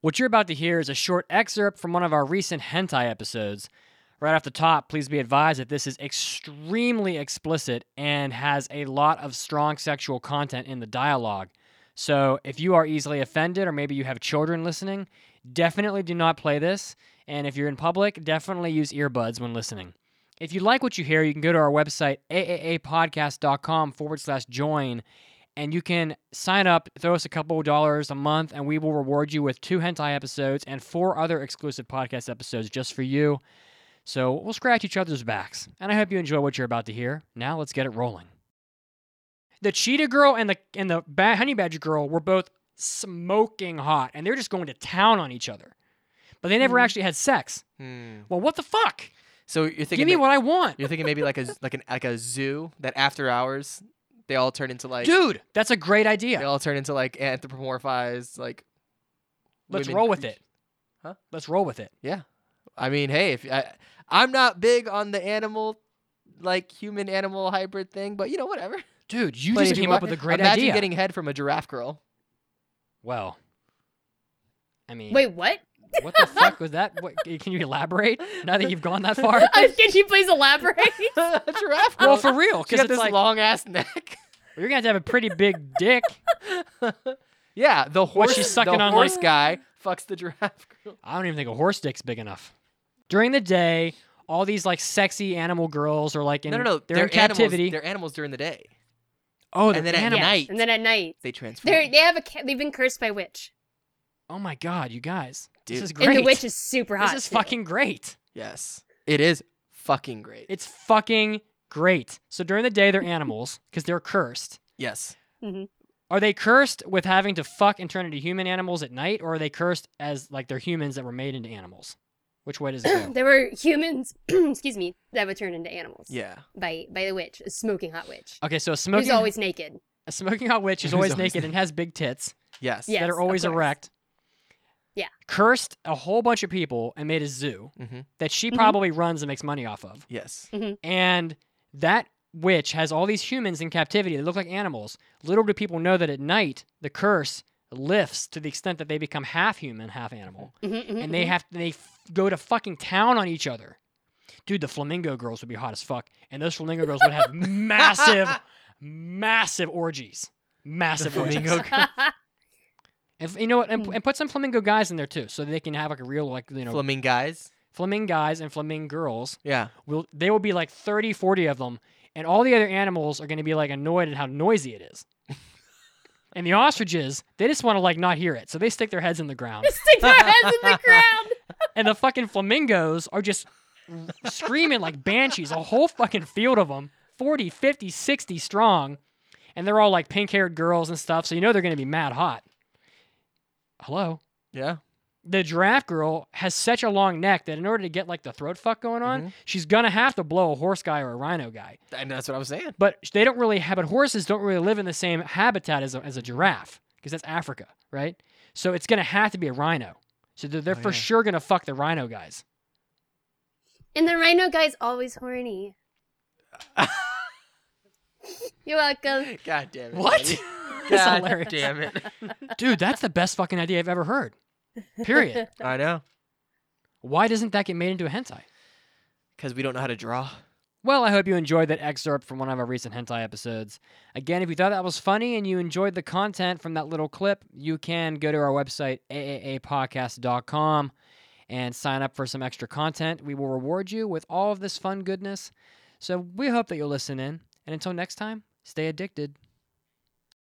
What you're about to hear is a short excerpt from one of our recent hentai episodes. Right off the top, please be advised that this is extremely explicit and has a lot of strong sexual content in the dialogue. So, if you are easily offended or maybe you have children listening, definitely do not play this. And if you're in public, definitely use earbuds when listening. If you like what you hear, you can go to our website, aaapodcast.com forward slash join, and you can sign up, throw us a couple of dollars a month, and we will reward you with two hentai episodes and four other exclusive podcast episodes just for you. So we'll scratch each other's backs. And I hope you enjoy what you're about to hear. Now let's get it rolling. The cheetah girl and the and the ba- honey badger girl were both smoking hot, and they're just going to town on each other. But they Mm-hmm. never actually had sex. Hmm. Well, what the fuck? So you're thinking Give me that- what I want. you're thinking maybe like a z- like an like a zoo that after hours they all turn into like Dude, that's a great idea. they all turn into like anthropomorphized like. Let's women roll with creatures. it. Huh? Let's roll with it. I mean, hey, if I, I'm not big on the animal, like human animal hybrid thing, but you know whatever. Dude, you Plenty of just came people- up with a great Imagine idea. getting head from a giraffe girl. well, I mean, Wait, what? what the fuck was that? What, can you elaborate now that you've gone that far? Can you please elaborate? a giraffe girl. well, for real, she because got it's this like long ass neck. you're gonna have to have a pretty big dick. yeah, the horse. she's sucking the on, horse like- guy fucks the giraffe girl. I don't even think a horse dick's big enough. During the day, all these like sexy animal girls are like in no, no, no. they're, in animals, captivity. They're animals during the day. oh, and they're then at animals. night. And then at night, They transform. they they have a ca- they've been cursed by a witch, Oh my god, you guys, this Dude. is great. and the witch is super hot. this is too. fucking great. Yes, it is fucking great. It's fucking great. So during the day, they're animals because they're cursed. yes, Are they cursed with having to fuck and turn into human animals at night, or are they cursed as like they're humans that were made into animals? Which way does it go? There were humans, excuse me, that would turn into animals. yeah. By by the witch, a smoking hot witch, Okay, so a who's smoking, always naked. a smoking hot witch is Who's always, always naked and has big tits Yes. Yeah. that Yes, are of always course. erect. Yeah. Cursed a whole bunch of people and made a zoo hmm that she Mhm. probably runs and makes money off of. Yes. And that witch has all these humans in captivity that look like animals. Little do people know that at night the curse lifts to the extent that they become half human, half animal. Mhm, mhm, and they mhm. have they f- go to fucking town on each other. Dude, the flamingo girls would be hot as fuck, and those flamingo girls would have massive, massive orgies, massive mm-hmm. flamingo orgies. And f- you know what? And, p- and put some flamingo guys in there too, so they can have like a real like you know Flaming guys. flamingo guys and flamingo girls. Yeah. Will they will be like 30, 40 of them, and all the other animals are going to be like annoyed at how noisy it is. and the ostriches, they just want to like not hear it, so they stick their heads in the ground. stick their heads in the ground. and the fucking flamingos are just screaming like banshees, a whole fucking field of them, 40, 50, 60 strong. And they're all like pink haired girls and stuff, so you know they're going to be mad hot. Hello? Yeah. The giraffe girl has such a long neck that in order to get like the throat fuck going on, Mm-hmm. she's going to have to blow a horse guy or a rhino guy. And that's what I was saying. But they don't really have, but horses don't really live in the same habitat as a, as a giraffe because that's Africa, right? So it's going to have to be a rhino. So they're, they're Oh, for yeah. sure going to fuck the rhino guys. And the rhino guy's always horny. You're welcome. God damn it. What? Daddy. That's God hilarious. Damn it. Dude, that's the best fucking idea I've ever heard. Period. I know. Why doesn't that get made into a hentai? Because we don't know how to draw. Well, I hope you enjoyed that excerpt from one of our recent hentai episodes. Again, if you thought that was funny and you enjoyed the content from that little clip, you can go to our website, aaapodcast.com, and sign up for some extra content. We will reward you with all of this fun goodness. So we hope that you'll listen in. And until next time, stay addicted.